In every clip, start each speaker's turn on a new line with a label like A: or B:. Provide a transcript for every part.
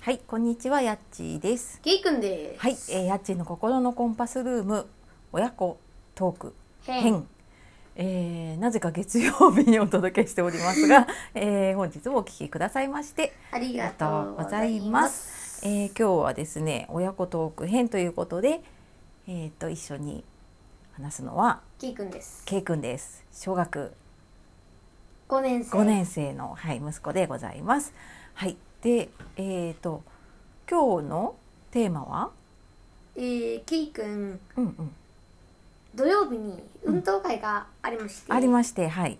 A: はい、こんにちは、やっちーです。
B: ゲイくんです。
A: はい、えー、やっちーの心のコンパスルーム、親子トーク
B: 変。
A: 編。えー、なぜか月曜日にお届けしておりますが、 えー、本日もお聞きくださいまして
B: あり
A: あり
B: が
A: が
B: と
A: と
B: う
A: う
B: ご
A: ご
B: ざ
A: ざ
B: い
A: い
B: ま
A: ますす。。えー、今日はですね、親子トーク編ということで、えー、と一緒に話すのは
B: ゲイくんです。
A: けいくんです。小学
B: 五年生。
A: 5。年生の、はい、息子でございます。はい、で、えー、と今日のテーマは、
B: えー、ゲイくん
A: うんうん、
B: 土曜日に運動会がありまして。
A: ありまして、はい、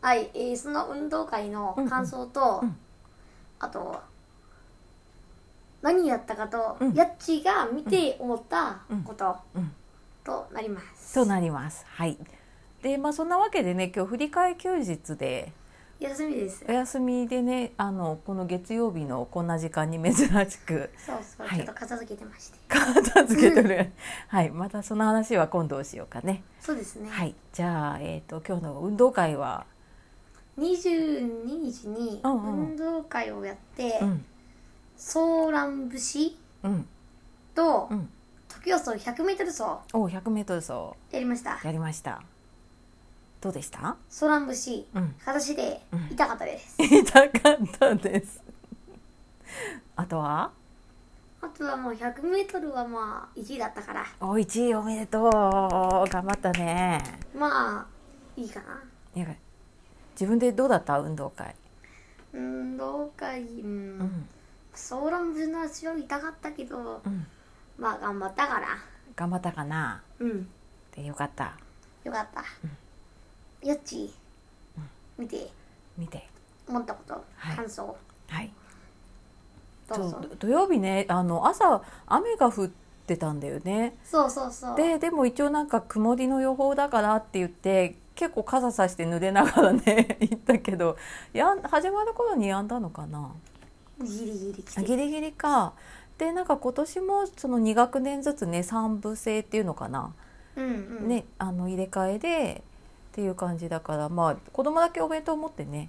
B: はい、えー、その運動会の感想と、
A: うんうんうん
B: あと何やったかと、
A: うん
B: やっちが見て思ったこと、
A: うんうん
B: となります。
A: となります。はい。で、まあそんなわけでね、今日振り替え休日で
B: 休みです
A: お。休みでね、あのこの月曜日のこんな時間に珍しく
B: そうそう、
A: はい
B: ちょっと片付けてまして。
A: 片付けてる。はい、またその話は今度しようかね。
B: そうですね。
A: はい、じゃあえっ、と今日の運動会は、
B: 22日に
A: うんうん
B: 運動会をやって、
A: うん
B: ソーラン節
A: うん
B: と
A: うん、
B: 時予想 100m 走
A: お100メートル走
B: やりました
A: やりました。どうでした？
B: ソーラン節
A: うん。
B: 裸足で
A: うん
B: 痛かったです、
A: 痛かったです。あとは、
B: あとはもう 100m はまあ1位だったから
A: お一位おめでとう。頑張ったね。
B: まあいいかない
A: や自分でどうだった運動会？
B: 運動会うん、
A: うん、
B: ソーラン節の足は痛かったけど
A: うん、
B: まあ頑張ったから
A: 頑張ったかな。
B: うん
A: でよかった。
B: よかった、やっち、見て
A: 見て。
B: 思ったこと、
A: はい
B: 感想
A: はい。
B: どうぞ
A: そう土曜日ね、あの朝雨が降ってたんだよね。
B: そうそうそう
A: ででも一応なんか曇りの予報だからって言って。結構傘さして濡れながらね 行ったけどやん始まる頃にやんだのかな
B: ギリギリ来
A: あ
B: て
A: ギリギリかでなんか今年もその2学年ずつね3部制っていうのかな、
B: うんうん
A: ねあの入れ替えでっていう感じだからまあ子供だけお弁当持ってね、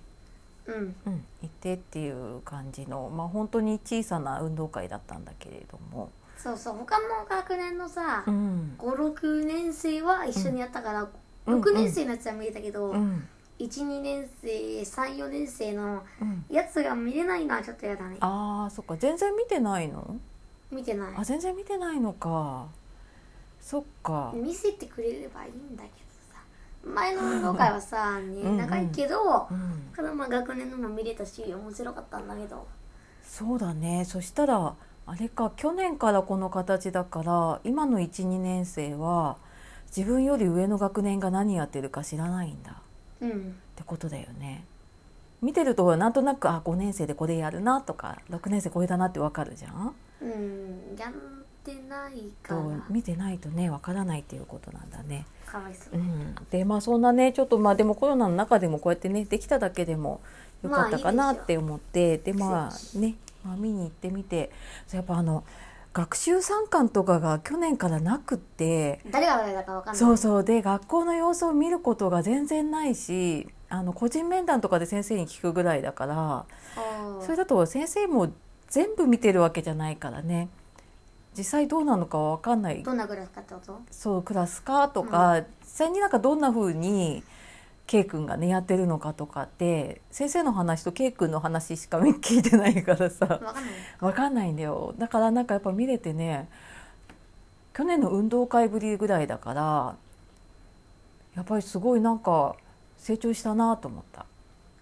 B: うん
A: うん、行ってっていう感じのまあ本当に小さな運動会だったんだけれども、
B: そうそう他の学年のさ、
A: うん
B: 56年生は一緒にやったから、
A: うんうん
B: 6年生のやつは見えたけど、
A: うん
B: 12年生34年生の
A: うん、
B: やつが見れないのはちょっとやだね
A: あーそっか全然見てないの
B: 見てない
A: あ全然見てないのかそっか
B: 見せてくれればいいんだけどさ前の運動会はさ、ね
A: うんうん
B: 長いけど
A: うん
B: ただまあ学年のも見れたし面白かったんだけど
A: そうだねそしたらあれか去年からこの形だから今の12年生は自分より上の学年が何やってるか知らないんだっ
B: うん
A: てことだよね。見てるとほらなんとなくあ5年生でこれやるなとか6年生これだなってわかるじゃん
B: うんやってないか
A: と
B: ら
A: 見てないとねわからないっていうことなんだね。、
B: かわいそううん
A: でまあそんなねちょっとまあでもコロナの中でもこうやってねできただけでもよかったか
B: ま
A: な
B: あ
A: い
B: いですよ
A: って思ってでま
B: 奇
A: あね、まあ、見に行ってみてそうやっぱあの学習参観とかが去年からなくって
B: 誰が誰だかわかんない
A: そうそうで学校の様子を見ることが全然ないしあの個人面談とかで先生に聞くぐらいだから
B: おー
A: それだと先生も全部見てるわけじゃないからね実際どうなのかは分かんない
B: どんなグラスかってこと
A: そうクラスかとか、実際になんかどんな風に K 君がねやってるのかとかって先生の話と K 君の話しか聞いてないからさ
B: わかんない
A: わかんないんだよだからなんかやっぱ見れてね去年の運動会ぶりぐらいだからやっぱりすごいなんか成長したなと思った。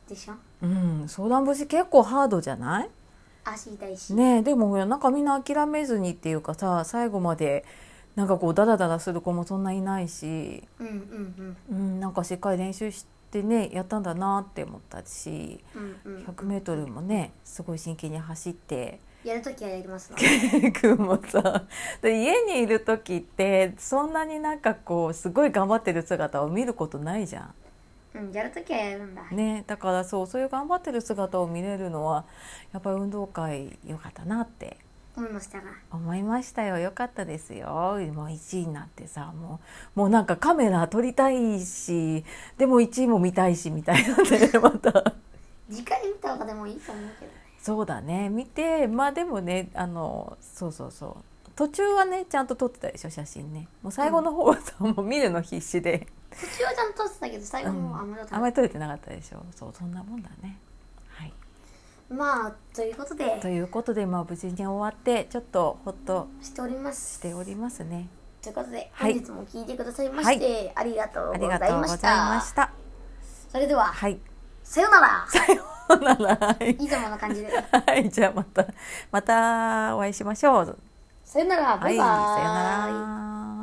B: でしょ
A: うん、相談節結構ハードじゃない
B: 足痛いし、
A: ねえでもほらなんかみんな諦めずにっていうかさ最後までなんかこうダラダラする子もそんないないし
B: うんうん
A: うん、なんかしっかり練習してねやったんだなって思ったし
B: うんうんうん
A: 100m もねすごい真剣に走って
B: やるときはやりますの
A: 君もさで家にいる時ってそんなになんかこうすごい頑張ってる姿を見ることないじゃ
B: うんやるときはやるんだ、
A: ん、ね、だからそうそういう頑張ってる姿を見れるのはやっぱり運動会良かったなって
B: 思いましたが
A: 思いましたよ良かったですよもう1位になってさもうもうなんかカメラ撮りたいしでも1位も見たいしみたいなねまた
B: 次回見た方がでもいいと思うけどね
A: そうだね見てまあでもねあのそうそうそう途中はねちゃんと撮ってたでしょ写真ねもう最後の方はさ、もう見るの必死で、
B: 途中はちゃんと撮ってたけど最
A: う
B: 後
A: ん
B: もうあんまり撮って
A: あ
B: な
A: ま
B: かっ
A: り撮れてなかったでしょそうそんなもんだねはい
B: たまあということで
A: ということでまあ無事に終わってちょっとほっと
B: しております
A: しておりますね
B: ということで
A: はい
B: 本日も聞いてくださいまして、ありがとう
A: あ
B: ご
A: り
B: ざ
A: が
B: い
A: とう
B: ま
A: ござ
B: し
A: い
B: た
A: ました
B: それでは
A: はい
B: さようなら
A: ほんならはい
B: いつもの感じで
A: はいじゃあまたまたお会いしましょう
B: さようならバイバー
A: はい
B: イ、
A: さよなら